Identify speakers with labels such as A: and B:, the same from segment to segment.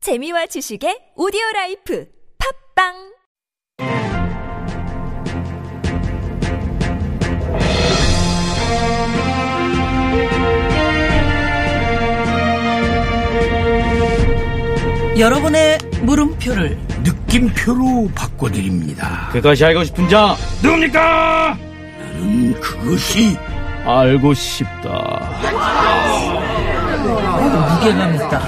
A: 재미와 지식의 오디오 라이프 팝빵
B: 여러분의 물음표를
C: 느낌표로 바꿔드립니다.
D: 그것이 알고 싶은 자 누굽니까?
C: 음, 그것이
D: 알고 싶다.
B: 아, 무게감 있다.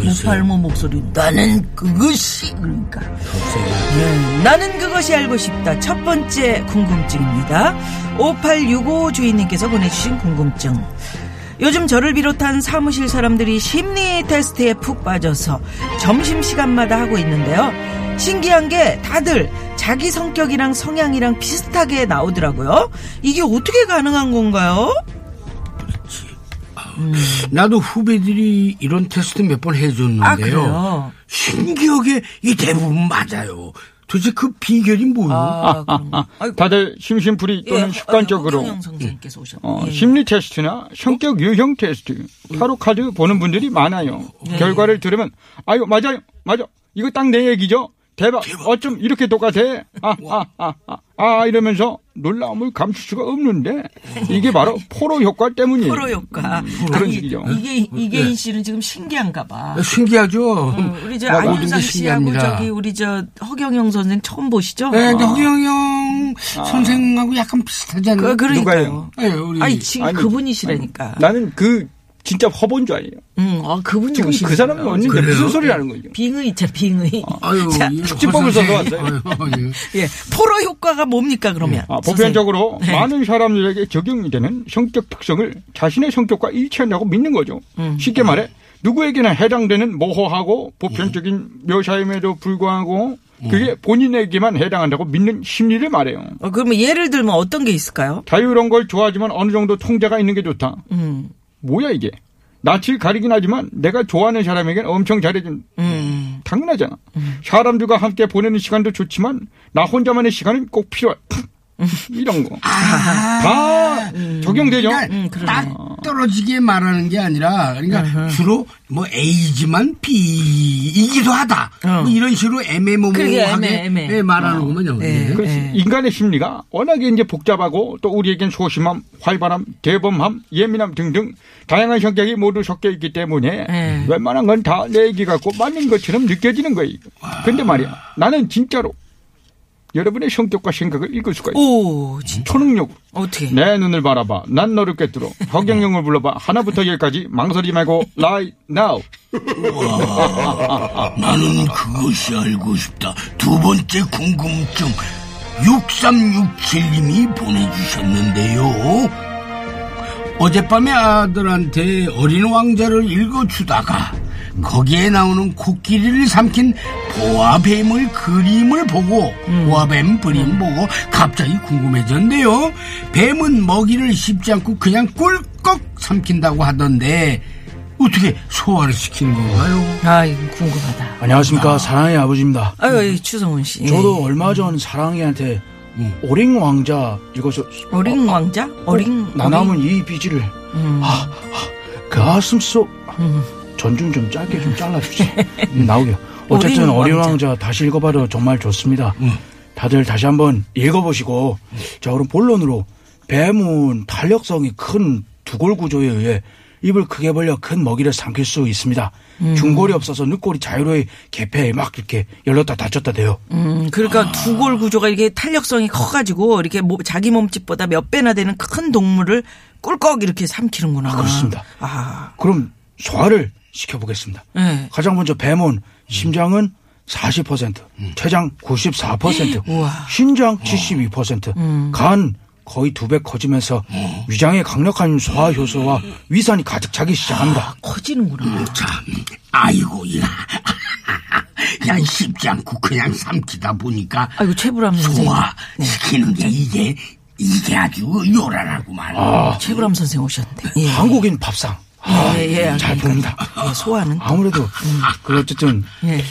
B: 우팔모 목소리 나는 그것이 그러니까. 네, 나는 그것이 알고 싶다. 첫 번째 궁금증입니다. 5865 주인님께서 보내주신 궁금증. 요즘 저를 비롯한 사무실 사람들이 심리 테스트에 푹 빠져서 점심시간마다 하고 있는데요. 신기한 게 다들 자기 성격이랑 성향이랑 비슷하게 나오더라고요. 이게 어떻게 가능한 건가요?
C: 나도 후배들이 이런 테스트 몇 번
B: 아,
C: 해줬는데요.
B: 그래요?
C: 신기하게 이 대부분 맞아요. 도대체 그 비결이 뭐요?
B: 아, 그런가.
D: 아,
B: 아이고.
D: 다들 심심풀이 또는
B: 예,
D: 습관적으로
B: 허경영 선생님께서 오셨네.
D: 어,
B: 예, 예.
D: 심리 테스트나 성격 유형 테스트, 타로 카드 보는 분들이 많아요.
B: 예.
D: 결과를 들으면 아유 맞아요, 맞아. 이거 딱 내 얘기죠. 대박. 어쩜 이렇게 똑같아? 아아아아 아, 아, 아, 이러면서 놀라움을 감출 수가 없는데 이게 바로 포로 효과 때문이에요.
B: 프로 효과.
D: 음, 그런
B: 아니,
D: 식이죠.
B: 이게
C: 예.
B: 이계인 씨는 지금 신기한가 봐.
C: 신기하죠?
B: 음, 우리 저
C: 막
B: 안윤상 씨하고 저기 아. 우리 저 허경영 선생 처음 보시죠?
C: 네, 근데 허경영 선생하고 약간 비슷하지 않나요?
B: 아. 그, 그러니까요.
D: 누가요?
C: 예, 우리
B: 아니 지금
D: 아니,
B: 그분이시라니까.
D: 나는 그 진짜 허본주의예요.
B: 음, 어, 그분이
D: 지금 그
B: 오시는
D: 사람이 어,
B: 거예요.
D: 왔는데
C: 그래요?
D: 무슨 소리 하는 거죠?
B: 빙의 있죠, 빙의.
C: 아유,
B: 자,
C: 이
D: 축지법을
C: 허 선생님.
D: 써서
C: 아유, 예.
B: 예, 포로 효과가 뭡니까 그러면?
D: 아,
B: 선생님.
D: 보편적으로
B: 네.
D: 많은 사람들에게 적용이 되는 성격 특성을 자신의 성격과 일치한다고 믿는 거죠.
B: 음.
D: 쉽게 말해 누구에게나 해당되는 모호하고 보편적인 묘사임에도 불구하고
B: 음.
D: 그게 본인에게만 해당한다고 믿는 심리를 말해요.
B: 어, 그러면 예를 들면 어떤 게 있을까요?
D: 자유로운 걸 좋아하지만 어느 정도 통제가 있는 게 좋다.
B: 음,
D: 뭐야 이게? 낯을 가리긴 하지만 내가 좋아하는 사람에겐 엄청 잘해준
B: 음,
D: 당연하잖아. 사람들과 함께 보내는 시간도 좋지만 나 혼자만의 시간은 꼭 필요해.
B: 음.
D: 이런 거.
B: 아.
C: 아.
D: 다 적용되죠.
C: 그러니까
B: 네. 음,
C: 딱 떨어지게 말하는 게 아니라 그러니까 주로 뭐 A지만 B이기도 하다 뭐 이런 식으로
B: 어. 그게
C: 애매모호하게
B: 애매, 애매.
C: 예, 말하는 거면 요
B: 네.
D: 그래서
B: 예.
D: 인간의 심리가 워낙에 이제 복잡하고 또 우리에겐 소심함, 활발함, 대범함, 예민함 등등 다양한 성격이 모두 섞여 있기 때문에
B: 예.
D: 웬만한 건 다 내 얘기 같고 맞는 것처럼 느껴지는 거예요. 근데 말이야, 나는 진짜로 여러분의 성격과 생각을 읽을 수가 있어.
B: 오, 진,
D: 초능력으로.
B: 어떻게?
D: 내 눈을 바라봐. 난 너를 꿰뚫어.
B: 네.
D: 허경영을 불러봐. 하나부터 열까지 망설이지 말고 right now.
C: 나는 그것이 알고 싶다. 두 번째 궁금증. 6367님이 보내주셨는데요. 어젯밤에 아들한테 어린 왕자를 읽어주다가 거기에 나오는 코끼리를 삼킨 보아뱀을 그림을 보고 보아뱀 그림 보고 갑자기 궁금해졌는데요. 뱀은 먹이를 씹지 않고 그냥 꿀꺽 삼킨다고 하던데 어떻게 소화를 시키는 건가요?
B: 아, 이거 궁금하다.
E: 안녕하십니까 사랑의 아버지입니다.
B: 아유,
D: 음.
B: 이 추성훈 씨. 예.
E: 저도 얼마 전 사랑이한테 오링 왕자 이것을
D: 음.
B: 어린 왕자? 어린 음.
E: 나남은 이 비지를 아, 아, 그 가슴 속 전좀 좀 짧게 좀 잘라주지 음, 나오게. 어쨌든
B: 어린
E: 어린
B: 왕자.
E: 왕자 다시 읽어봐도 정말 좋습니다. 다들 다시 한번 읽어보시고 자 그럼 본론으로 뱀은 탄력성이 큰 두골 구조에 의해 입을 크게 벌려 큰 먹이를 삼킬 수 있습니다.
B: 음.
E: 중골이 없어서 늑골이 자유로이 개폐에 막 이렇게 열렸다 닫혔다 돼요.
B: 음, 그러니까 두골 구조가 이게 탄력성이 커가지고 이렇게 모- 자기 몸집보다 몇 배나 되는 큰 동물을 꿀꺽 이렇게 삼키는구나.
E: 아, 그렇습니다.
B: 아,
E: 그럼 소화를 시켜보겠습니다.
B: 네.
E: 가장 먼저 뱀은 심장은 40%, 췌장 94%,
B: 음. 우와. 어. 음.
E: 신장 72%, 간 거의 두 배 커지면서
B: 어.
E: 위장에 강력한 소화 효소와 위산이 가득 차기 시작합니다.
B: 커지는구나.
E: 음.
C: 참, 아이고, 야. 그냥 씹지 않고 그냥 삼키다 보니까
B: 아이고, 최불암 선생님.
C: 소화시키는 게 이게, 이게 아주 요란하구만.
B: 최불암 선생 오셨는데. 예.
E: 한국인 밥상 아,
B: 예, 예,
E: 잘
B: 그러니까.
E: 봅니다.
B: 예, 소화는.
E: 아무래도 그 어쨌든
B: 예.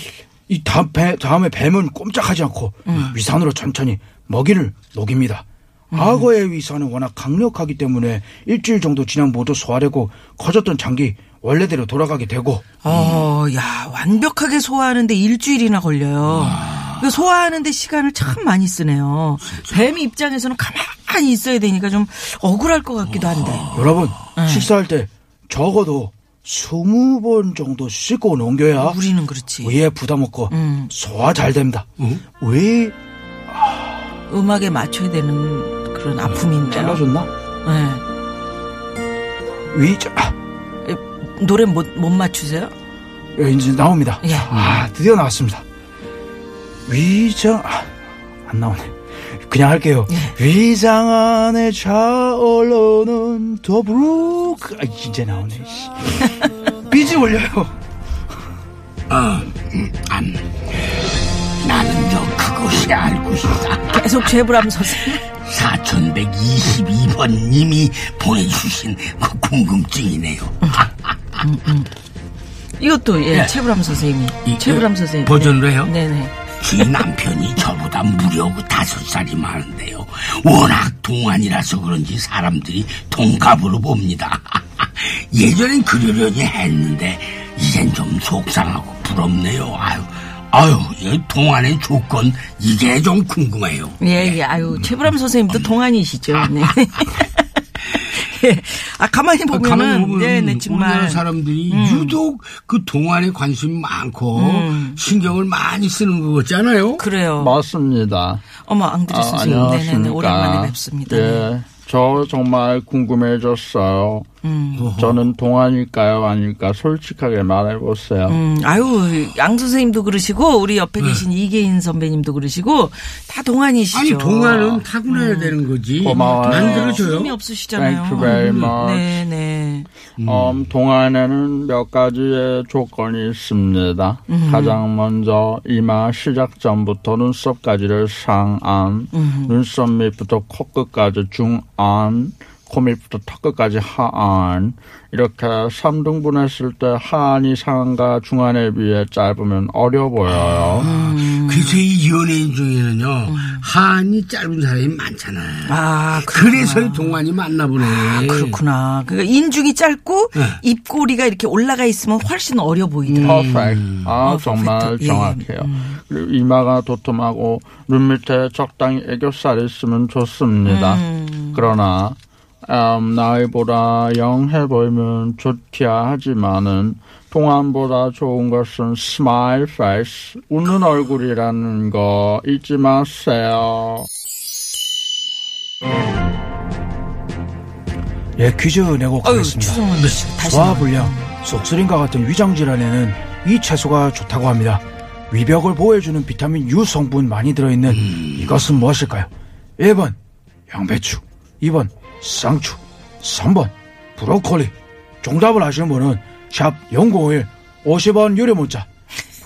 E: 이 다음, 배, 다음에 뱀은 꼼짝하지 않고
B: 음.
E: 위산으로 천천히 먹이를 녹입니다. 악어의 위산은 워낙 강력하기 때문에 일주일 정도 지난 모두 소화되고 커졌던 장기 원래대로 돌아가게 되고
B: 어,
E: 음.
B: 야, 완벽하게 소화하는데 일주일이나 걸려요.
E: 아.
B: 그러니까 소화하는데 시간을 참 많이 쓰네요. 뱀 입장에서는 가만히 있어야 되니까 좀 억울할 것 같기도 한데.
E: 아. 여러분
B: 음.
E: 식사할 때 적어도 스무 번 정도 씻고
C: 어?
E: 넘겨야
B: 아, 우리는
C: 뭐 예?
B: 그렇지.
E: 위에 부담 없고
B: 음.
E: 소화 잘 됩니다.
C: 응?
E: 왜
B: 음악에 맞춰야 되는 그런 아픔이 있네요.
E: 잘라줬나?
B: 네.
E: 위 아,
B: 노래 못, 못 맞추세요?
E: 예, 이제 나옵니다.
B: 예.
E: 아 드디어 나왔습니다. 위장 아, 안 나오네. 그냥 할게요. 위장 안에 차올르는 더브룩 아, 진짜 나오네. 씨. 삐지 올려요.
C: 안. 나는 저 그것이 알고 싶다.
B: 계속 죄불암 선생.
C: 4122번 님이 보내주신 그 궁금증이네요.
B: 이것도, 예,
C: 예.
B: 최불암 선생님이.
C: 이-
B: 최불암
C: 이-
B: 선생님.
C: 버전으로 해요?
B: 네네.
C: 제 남편이 저보다 무려 그 다섯 살이 많은데요. 워낙 동안이라서 그런지 사람들이 동갑으로 봅니다. 예전엔 그러려니 했는데 이젠 좀 속상하고 부럽네요. 아유, 아유, 이 동안의 조건 이게 좀 궁금해요.
B: 예, 예, 아유, 최불암 선생님도 동안이시죠.
C: 아.
B: 네. 예. 아, 가만히 보면은,
C: 가만히 보면
B: 네, 네,
C: 우리나라
B: 정말. 음.
C: 사람들이 유독 그 동안에 관심이 많고 신경을 많이 쓰는 거 같잖아요.
B: 음. 그래요.
D: 맞습니다. 아,
B: 어머,
C: 아,
B: 앙드레 선생님. 네네네, 오랜만에 뵙습니다. 네.
D: 예, 저 정말 궁금해졌어요.
B: 음.
D: 저는 동안일까요, 아닐까 솔직하게 말해보세요.
B: 음, 아유, 양 선생님도 그러시고, 우리 옆에 계신 이계인 선배님도 그러시고, 다 동안이시죠.
C: 네. 아니 동안은 타고나야 되는 거지.
D: 고마워요.
C: 만들어줘요.
B: 힘이 없으시잖아요. 음.
D: Thank you very much.
B: 네네.
D: 음, 동안에는 몇 가지의 조건이 있습니다. 가장 먼저 이마 시작 전부터 눈썹까지를 상안, 눈썹 밑부터 코끝까지 중안, 코 밑부터 턱끝까지 하안 이렇게 3등분 했을 때 하안이 상안과 중안에 비해 짧으면 어려 보여요.
B: 음.
C: 그래서 이 연예인 중에는요 한이 짧은 사람이 많잖아요.
B: 아, 그래서.
C: 그래서 이 동안이 맞나 보네.
B: 그렇구나. 그러니까 인중이 짧고
E: 네.
B: 입꼬리가 이렇게 올라가 있으면 훨씬 어려
E: 음.
B: 보이더라고요.
D: 퍼펙트. 음. 아,
B: 어,
D: 정말
B: 퍼펙트. 예,
D: 정확해요. 그리고 이마가 도톰하고 눈 밑에 적당히 애교살이 있으면 좋습니다. 그러나 음, 나이보다 영해 보이면 좋기야 하지만은 동안보다 좋은 것은 스마일 페이스, 웃는 얼굴이라는 거 잊지 마세요.
E: 예, 퀴즈 내고
B: 어휴,
E: 가겠습니다. 네.
B: 추성훈 씨. 다시.
E: 소화 불량, 속쓰림과 같은 위장 질환에는 이 채소가 좋다고 합니다. 위벽을 보호해주는 비타민 U 성분 많이 들어있는
B: 음.
E: 이것은 무엇일까요? 1번 양배추, 2번 쌍추, 3번 브로콜리. 정답을 아시는 분은 샵 001, 50원 유료 문자,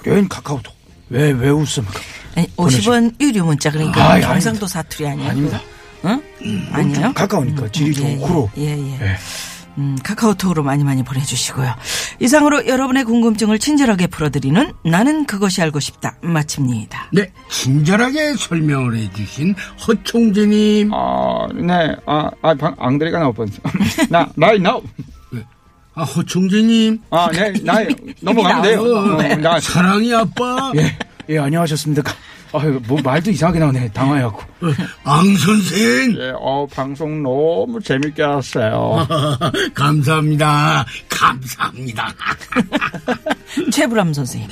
E: 무료인 카카오톡. 왜, 왜 웃습니까?
B: 아니, 50원 유료 문자 그러니까
E: 아이, 예,
B: 경상도 사투리 아니에요?
E: 아닙니다. 음,
B: 응? 아니에요?
E: 가까우니까 질이
B: 예,
E: 좀 고로.
B: 예, 예. 음, 카카오톡으로 많이 많이 보내주시고요. 이상으로 여러분의 궁금증을 친절하게 풀어드리는 나는 그것이 알고 싶다 마칩니다.
C: 네 친절하게 설명을 해주신
B: 어.
C: 허총재님
D: 아, 네, 아, 아, 방, 앙드레가 나올 뻔했어. 나, 나이, 나우.
C: 아 허총재님
D: 아, 네, 나이,
B: 아,
D: 넘어가면
B: 네.
D: 돼요.
C: 나와요.
D: 어, 나,
C: 사랑이 아빠
E: 예, 예, 안녕하셨습니까? 아유, 뭐 말도 이상하게 나오네. 당황해갖고.
C: 앙 선생
D: 예, 어, 방송 너무 재밌게 하세요.
C: 감사합니다 감사합니다
B: 최불암 선생님.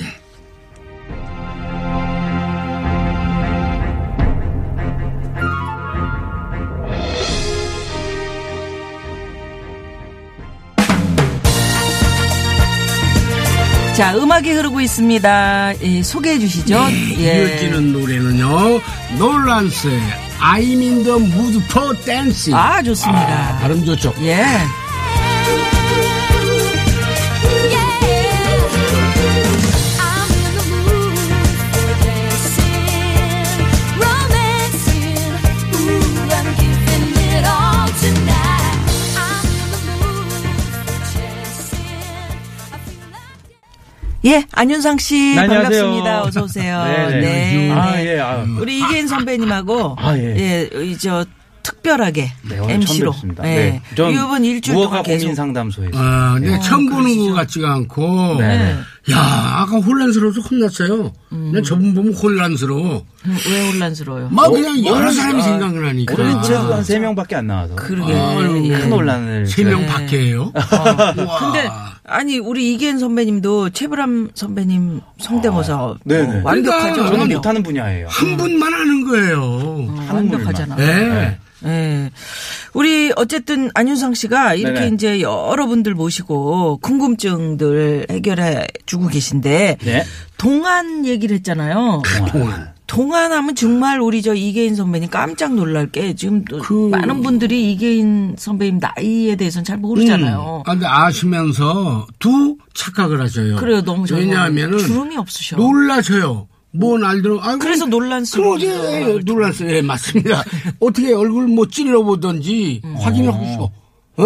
B: 자, 음악이 흐르고 있습니다. 예, 소개해 주시죠.
C: 네,
B: 예.
C: 이어지는 노래는요 놀란스의 I'm in the mood for dancing
B: 아, 좋습니다.
C: 아, 발음 좋죠
B: 예. 예, 안윤상 씨
E: 네, 안녕하세요.
B: 반갑습니다. 어서
F: 아,
B: 오세요.
E: 네, 네.
B: 네.
E: 아,
B: 네.
E: 예, 아.
B: 우리 이계인 선배님하고
E: 아, 예.
B: 이저 특 특별하게
F: 네, 오늘 처음
B: MC로.
F: 뵙습니다.
B: 네.
F: 네. 전
B: 이번 일주일
F: 무허가
B: 동안 계속
F: 고민 상담소에서.
C: 아, 근데
B: 네.
C: 처음 보는 것 같지가 않고.
F: 네.
C: 야, 아까 혼란스러워서 혼났어요. 난 저분 보면 혼란스러워.
B: 음, 왜 혼란스러워요?
C: 막 그냥 여러 사람이 생각나니까.
F: 어? 그렇죠.
B: 음.
F: 한 3명밖에 안 나와서.
B: 아, 그러게.
C: 아유,
B: 예.
F: 큰 혼란을.
C: 세 명 밖에예요. 우와.
B: 근데 아니 우리 이기현 선배님도 최불암 선배님 성대모사
F: 아, 네네.
B: 뭐 완벽하죠.
C: 그러니까
F: 저는 못하는 분야예요.
C: 한 분만 아는 거예요.
B: 어, 완벽하잖아.
C: 예.
F: 네.
B: 예. 우리 어쨌든 안윤상 씨가 이렇게
F: 네네.
B: 이제 여러분들 모시고 궁금증들 해결해 주고 계신데
F: 네.
B: 동안 얘기를 했잖아요.
C: 동안.
B: 동안 하면 정말 우리 저 이계인 선배님 깜짝 놀랄 게 지금 또
C: 그
B: 많은 분들이 이계인 선배님 나이에 대해서는 잘 모르잖아요.
C: 아, 근데 아시면서 두 착각을 하셔요.
B: 어. 그래요, 너무 저는
C: 왜냐하면은
B: 주름이 없으셔.
C: 놀라셔요. 뭔 알더라고. 아이고,
B: 그래서
C: 그럼
B: 논란스러워.
C: 어디 예, 놀랐어요. 예, 맞습니다. 어떻게 얼굴 뭐 찔러보든지
B: 음.
C: 확인을 하고 싶어.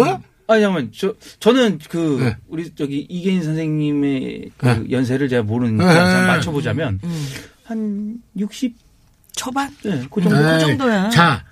C: 어?
F: 아니, 잠깐만. 저, 저는 그,
C: 네.
F: 우리 저기 이계인 선생님의 그
C: 네.
F: 연세를 제가 모르는 데
C: 네.
F: 항상 맞춰보자면,
B: 음,
F: 한 60?
B: 초반?
F: 네, 그 정도.
C: 네.
B: 정도야. 음.
C: 자,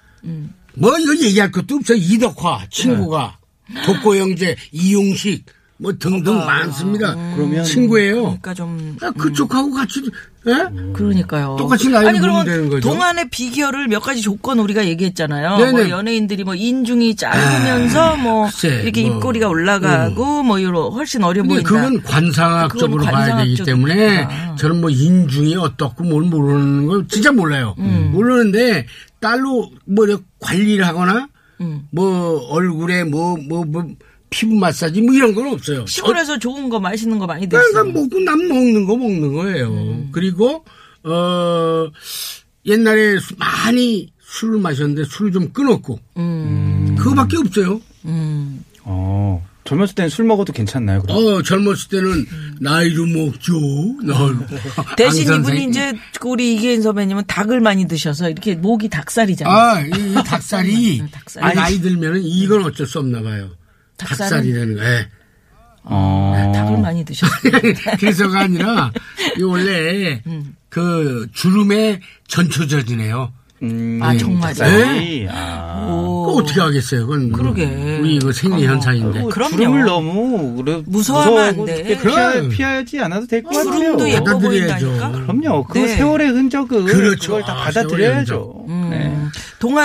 C: 뭐 이거 얘기할 것도 없어. 이덕화 친구가
B: 네.
C: 독고 형제 이용식 뭐 등등 많습니다.
F: 그러면-
C: 친구예요.
B: 아, 그러니까 음. 좀
C: 아, 그쪽하고 같이 예?
B: 그러니까요.
C: 똑같이 나이를
B: 아니 그러면
C: 보면 되는 거죠?
B: 동안의 비결을 몇 가지 조건 우리가 얘기했잖아요.
C: 네네. 아,
B: 뭐 연예인들이 뭐 인중이 짧으면서 뭐
C: 글쎄,
B: 이렇게
C: 뭐. 음.
B: 입꼬리가 올라가고 뭐 이런 훨씬 어려
C: 근데
B: 보인다.
C: 그건 관상학적으로
B: 그건
C: 봐야 되기
B: 관상학적이니까.
C: 때문에 저는 뭐 인중이 어떻고 뭘 모르는 걸 진짜 몰라요.
B: 음.
C: 음. 모르는데 딸로 뭐 이렇게 관리를 하거나
B: 음.
C: 뭐 얼굴에 뭐 뭐 뭐 피부 마사지 뭐 이런 건 없어요.
B: 시골에서 좋은 거 맛있는 거 많이 드세요. 음.
C: 그러니까 먹고 남 먹는 거 먹는 거예요. 그리고 어 옛날에 수- 많이 술을 마셨는데 술을 좀 끊었고
B: 음.
C: 그거밖에 없어요.
F: 어, 젊었을 땐 술 먹어도 괜찮나요? 그럼?
C: 어 젊었을 때는 나이 좀 먹죠. 나-
B: 음. 대신
C: 안
B: 이분이
C: 선생님.
B: 이제 그 우리 이계인 선배님은 닭을 많이 드셔서 이렇게 목이 닭살이잖아요.
C: 아, 이, 이 닭살이,
B: 음, 닭살이.
C: 아니, 나이 들면은 이건 어쩔 수 없나 봐요.
B: 닭살은?
C: 닭살이라는 거. 예.
F: 어.
B: 닭을 많이 드셔서.
C: 그래서가 아니라 이 원래
B: 음.
C: 그 주름의 전초전이네요. 네?
F: 음,
B: 아, 정말요?
F: 닭살이? 아.
B: 오.
C: 그거 어떻게 하겠어요? 그건
B: 그러게.
C: 우리 이거 생리 현상인데.
B: 그럼요. 뭐
F: 네, 주름을 너무 그래,
B: 무서워하면 안
F: 무서워하고
B: 돼.
F: 그렇게 피하,
C: 그래.
F: 피하지 않아도 될 것 같아요.
B: 주름도 예뻐
C: 받아들여야죠.
B: 보인다니까.
F: 그럼요. 그
B: 네.
F: 세월의 흔적을
C: 그렇죠.
F: 그걸 다
C: 아,
F: 받아들여야죠. 네.
B: 음.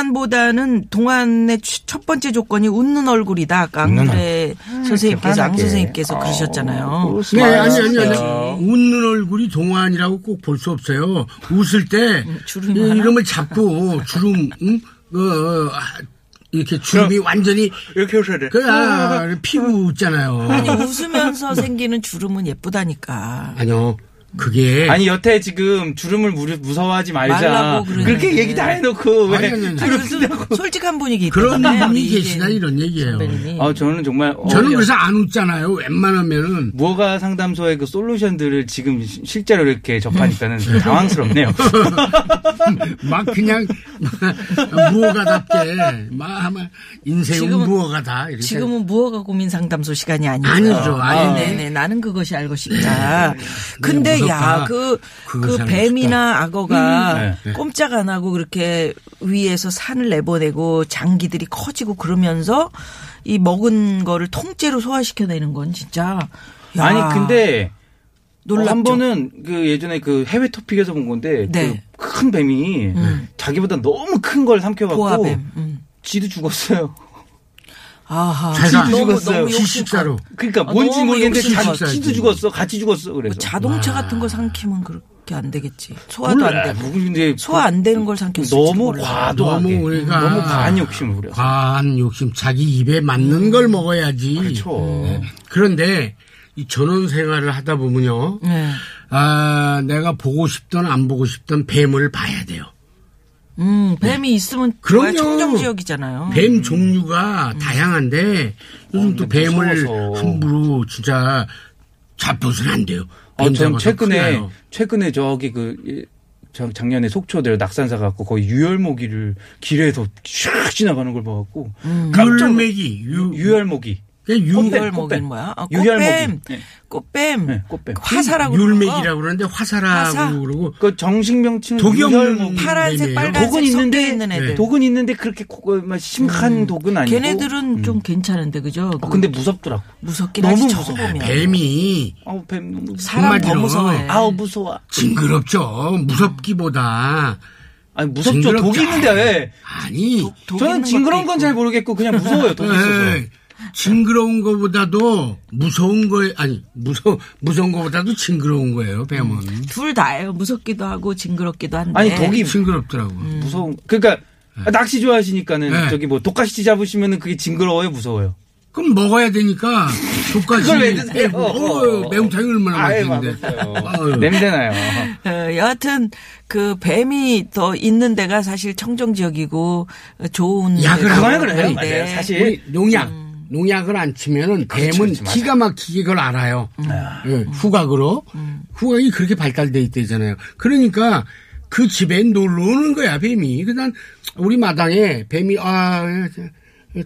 B: 동안보다는 동안의 추- 첫 번째 조건이 웃는 얼굴이다. 아까 앙드레 선생님께서 앙
F: 환하게. 어.
B: 선생님께서 뭐 그러셨잖아요.
C: 네, 아니, 아니, 아니.
B: 그렇지.
C: 웃는 얼굴이 동안이라고 꼭 볼 수 없어요. 웃을 때,
B: 음, 주름이
C: 이
B: 많아?
C: 이름을 잡고, 주름, 응? 어, 어, 아, 이렇게 주름이 완전히,
F: 이렇게 오셔야 돼.
C: 그, 아, 피부 웃잖아요.
B: 아니 웃으면서 생기는 주름은 예쁘다니까.
C: 아니요. 그게
F: 아니 여태 지금 주름을 무려- 무서워하지 말자.
B: 말라고 그러는데.
F: 그렇게 얘기 다 해놓고 왜?
C: 아니, 아니, 아니.
F: 주름-
B: 솔직한 분위기
C: 그런
B: 있다잖아요,
C: 분이
B: 우리
C: 계시다
B: 이계인
C: 이런 얘기예요.
B: 선배님이.
F: 아 저는 정말 어,
C: 저는 그래서 안 웃잖아요. 웬만하면은
F: 무허가 상담소의 그 솔루션들을 지금 시- 실제로 이렇게 접하니까는
D: 음.
F: 당황스럽네요.
C: 막 그냥 무어가답게 막 하면 인생은
B: 지금은-
C: 무어가다 이렇게.
B: 지금은 무허가 고민 상담소 시간이 아니죠.
C: 아니죠. 아니네.
B: 네네. 나는 그것이 알고
F: 네,
B: 싶다. 근데
C: 무섭다.
B: 야, 그, 그
C: 그것이 알고
B: 뱀이나 악어가
F: 음,
B: 꼼짝 안 하고 그렇게 위에서 산을 내보내고 장기들이 커지고 그러면서 이 먹은 거를 통째로 소화시켜내는 건 진짜. 야,
F: 아니 근데
B: 놀랍죠?
F: 네. 한 번은 그 예전에 그 해외 토픽에서 본 건데
B: 네. 음.
F: 그 큰 뱀이 자기보다 너무 큰 걸 삼켜갖고
B: 보아뱀. 음.
F: 지도 죽었어요.
B: 아하.
C: 제가
B: 너무,
F: 죽었어요.
B: 너무 욕심껏.
C: 지식사로
F: 그러니까
B: 아,
F: 뭔지
B: 너무 뭐
F: 모르겠는데
B: 욕심
F: 자,
C: 많았어요,
F: 지도
C: 지금.
F: 죽었어, 같이 죽었어. 그래서
B: 자동차 같은 거 삼키면 그렇게 안 되겠지. 소화도
F: 몰라.
B: 안 되고.
F: 근데 그-
B: 소화 안 되는 걸 삼켰을지
F: 너무
B: 네. 몰라.
F: 과도하게
C: 너무 우리가-
F: 너무 과한 욕심을 부려. 서
C: 과한 욕심 자기 입에 맞는 걸 먹어야지. 네.
F: 그렇죠.
C: 그런데 이 전원 생활을 하다 보면요.
B: 네.
C: 아, 내가 보고 싶던 안 보고 싶던 뱀을 봐야 돼요.
B: 음, 뱀이
F: 네.
B: 있으면
C: 그럼요.
B: 그럼요. 청정 지역이잖아요.
C: 뱀 종류가 다양한데 요즘 또
F: 근데
C: 뱀을
F: 어, 무서워서.
C: 함부로 진짜 잡혀서는 안 돼요.
F: 어, 전
C: 뱀 잡아서 큰일
F: 최근에
C: 나요.
F: 최근에 저기 그 예, 저- 작년에 속초대로 낙산사 갖고 거의
B: 음.
F: 유혈모기를 길에서 슉 지나가는 걸 봐갖고 깜짝 놀-
C: 율맥이 유,
F: 유혈모기
C: 그냥 유,
B: 꽃뱀,
F: 꽃뱀.
B: 먹인 거야? 아, 꽃뱀,
F: 유혈목이.
B: 꽃뱀, 그
F: 네, 꽃뱀.
B: 화사라고 그러는
C: 율맥이라고
B: 거.
C: 그러는데 화사라고
B: 화사.
C: 그러고
F: 그 정식 명칭은
C: 독이
F: 유혈목.
C: 없는
B: 파란색,
C: 뱀이에요.
B: 빨간색
F: 네, 독은
B: 섞여
F: 있는데 네,
B: 있는
C: 네.
B: 애들. 음.
F: 독은 있는데 그렇게 고- 막 심각한 독은 아니고.
B: 걔네들은 좀 괜찮은데 그죠?
F: 어, 근데 무섭더라고.
B: 무섭긴
F: 너무
B: 하지 처음
F: 무서워.
B: 보면.
C: 뱀이
F: 아우 뱀 너무 무서워.
B: 사람 더
C: 정말요. 네.
B: 무서워해.
F: 아우 무서워.
C: 징그럽죠. 무섭기보다
F: 아니 무섭죠.
C: 징그럽지
F: 독이 있는데 왜?
C: 아니
B: 독
F: 저는
B: 있는
F: 징그러운
B: 것도
F: 건 잘 모르겠고 그냥 무서워요. 독이 어,
C: 네,
F: 있어서.
C: 에이, 징그러운 거보다도 무서운 거에 아니 무서 무서운 거보다도 징그러운 거예요 뱀은
B: 둘 다예요. 무섭기도 하고 징그럽기도 한데.
F: 아니 독이
C: 징그럽더라고.
F: 무서운. 그러니까 아, 낚시 좋아하시니까는
C: 음. 네.
F: 저기 뭐 독가시지 잡으시면은 그게 징그러워요, 무서워요.
C: 그럼 먹어야 되니까 독까지
F: 그걸 왜 드세요?
C: 어, 매운탕이 얼마나
F: 아예
C: 맛있는데. 아유.
F: 맛없어요. 냄새나요.
B: 어, 여하튼 그 뱀이 더 있는 데가 사실 청정 지역이고 어, 좋은 네,
C: 야,
B: 데라고
C: 그거야,
F: 그래요.
B: 하는데
F: 맞아요. 사실 음.
C: 우리 농약 농약을 안 치면은
D: 그렇죠,
C: 뱀은 기가 막히게 그걸 알아요.
D: 음.
C: 예, 후각으로
F: 음.
C: 후각이 그렇게 발달돼 있대잖아요. 그러니까 그 집에 놀러 오는 거야 뱀이. 그난 우리 마당에 뱀이 아.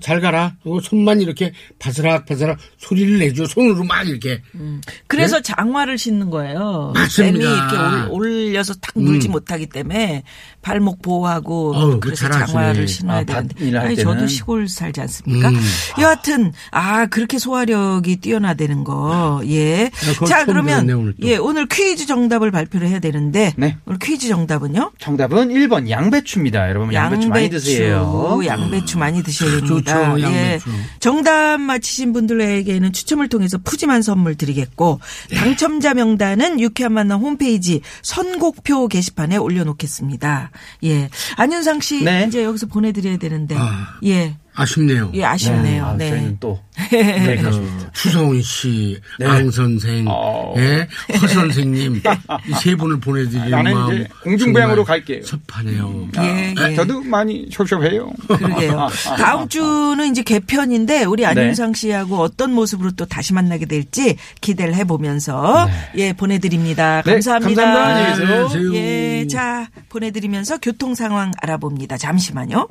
C: 잘 가라. 어, 손만 이렇게 바스락 바스락 소리를 내줘. 손으로 막 이렇게.
F: 음.
B: 그래서 장화를 신는 거예요.
C: 네? 맞습니다. 음.
B: 뱀이 이렇게 올, 올려서 탁 물지 못하기 때문에 발목 보호하고
C: 어우, 그거
B: 그래서
C: 잘하시네.
B: 장화를 신어야
F: 아, 밭
B: 되는데.
F: 일할
B: 아니
F: 때는.
B: 저도 시골 살지 않습니까?
C: 음.
B: 여하튼 아 그렇게 소화력이 뛰어나되는 거. 예.
C: 그거
B: 자
C: 처음
B: 그러면
C: 들었네, 오늘 또.
B: 예 오늘 퀴즈 정답을 발표를 해야 되는데
F: 네.
B: 오늘 퀴즈 정답은
F: 정답은 1번 양배추입니다. 여러분 양배추, 많이 드세요. 음.
B: 양배추 많이 드셔야 됩니다. 예.
C: 좋죠, 양배추.
B: 정답 맞히신 분들에게는 추첨을 통해서 푸짐한 선물 드리겠고
F: 네.
B: 당첨자 명단은 유쾌한 만남 홈페이지 선곡표 게시판에 올려놓겠습니다. 예, 안윤상 씨
F: 네.
B: 이제 여기서 보내드려야 되는데
C: 아.
B: 예,
C: 아쉽네요.
B: 예 아쉽네요.
F: 아,
B: 네.
F: 저희는 또 브레이크가 좀 있다.
C: 추성훈 씨,
D: 네.
C: 앙 선생,
D: 아.
C: 예, 허 선생님 이 세 분을 보내드리는
D: 나는
C: 마음
D: 이제 공중부양으로
C: 정말
D: 갈게요. 음.
C: 섭하네요.
B: 예,
F: 아,
B: 예.
D: 저도 많이 섭섭해요.
B: 그러게요. 다음 주는 이제 개편인데 우리 안윤상 씨하고 어떤 모습으로 또 다시 만나게 될지 기대를 해보면서 예 보내드립니다.
F: 네,
B: 감사합니다.
F: 감사합니다. 안녕히
C: 계세요. 안녕히 계세요.
B: 예, 자 보내드리면서 교통 상황 알아봅니다. 잠시만요.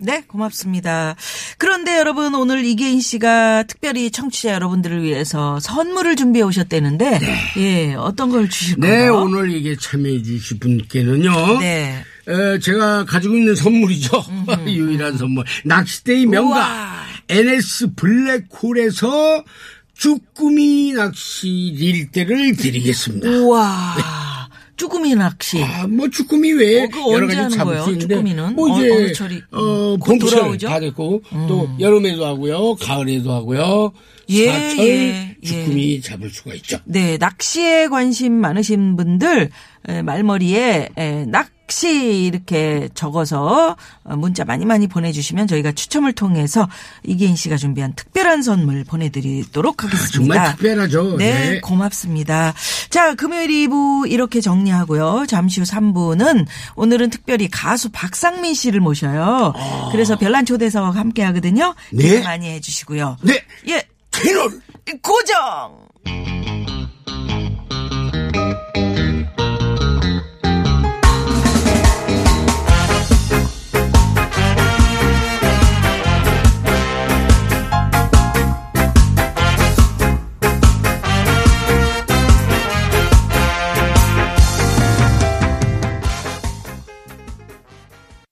B: 네, 고맙습니다. 그런데 여러분, 오늘 이계인 씨가 특별히 청취자 여러분들을 위해서 선물을 준비해 오셨다는데, 예, 어떤 걸 주실
C: 네,
B: 거예요?
C: 오늘 이게 참여해 주신 분께는요.
B: 네.
C: 에, 제가 가지고 있는 선물이죠. 유일한 선물. 낚싯대의 명가.
B: 우와.
C: NS 블랙홀에서 쭈꾸미 낚시 릴대를 드리겠습니다.
B: 네. 우와, 쭈꾸미 낚시.
C: 아, 뭐 쭈꾸미 외에
B: 어, 그거
C: 여러
B: 언제
C: 가지
B: 하는
C: 잡을
B: 거예요?
C: 수 있는데
B: 쭈꾸미는?
C: 뭐
B: 어-
C: 이제
B: 어느 철이?
C: 어,
B: 곧
C: 봄철
B: 돌아오죠? 음.
C: 다 됐고 또 여름에도 하고요, 가을에도 하고요,
B: 예,
C: 사철
B: 예, 예.
C: 쭈꾸미 잡을 수가 있죠.
B: 네, 낚시에 관심 많으신 분들 에, 말머리에 에, 낚시 이렇게 적어서 어, 문자 많이 많이 보내주시면 저희가 추첨을 통해서 이기인 씨가 준비한 특별한 선물 보내드리도록 하겠습니다.
C: 아, 정말 특별하죠.
B: 네,
C: 네.
B: 고맙습니다. 자, 금요일 2부 이렇게 정리하고요. 잠시 후 3부는 오늘은 특별히 가수 박상민 씨를 모셔요. 그래서 별난 초대사와 함께 하거든요.
C: 아. 네.
B: 기대 많이 해주시고요.
C: 네,
B: 예,
C: 캐롤.
B: 고정!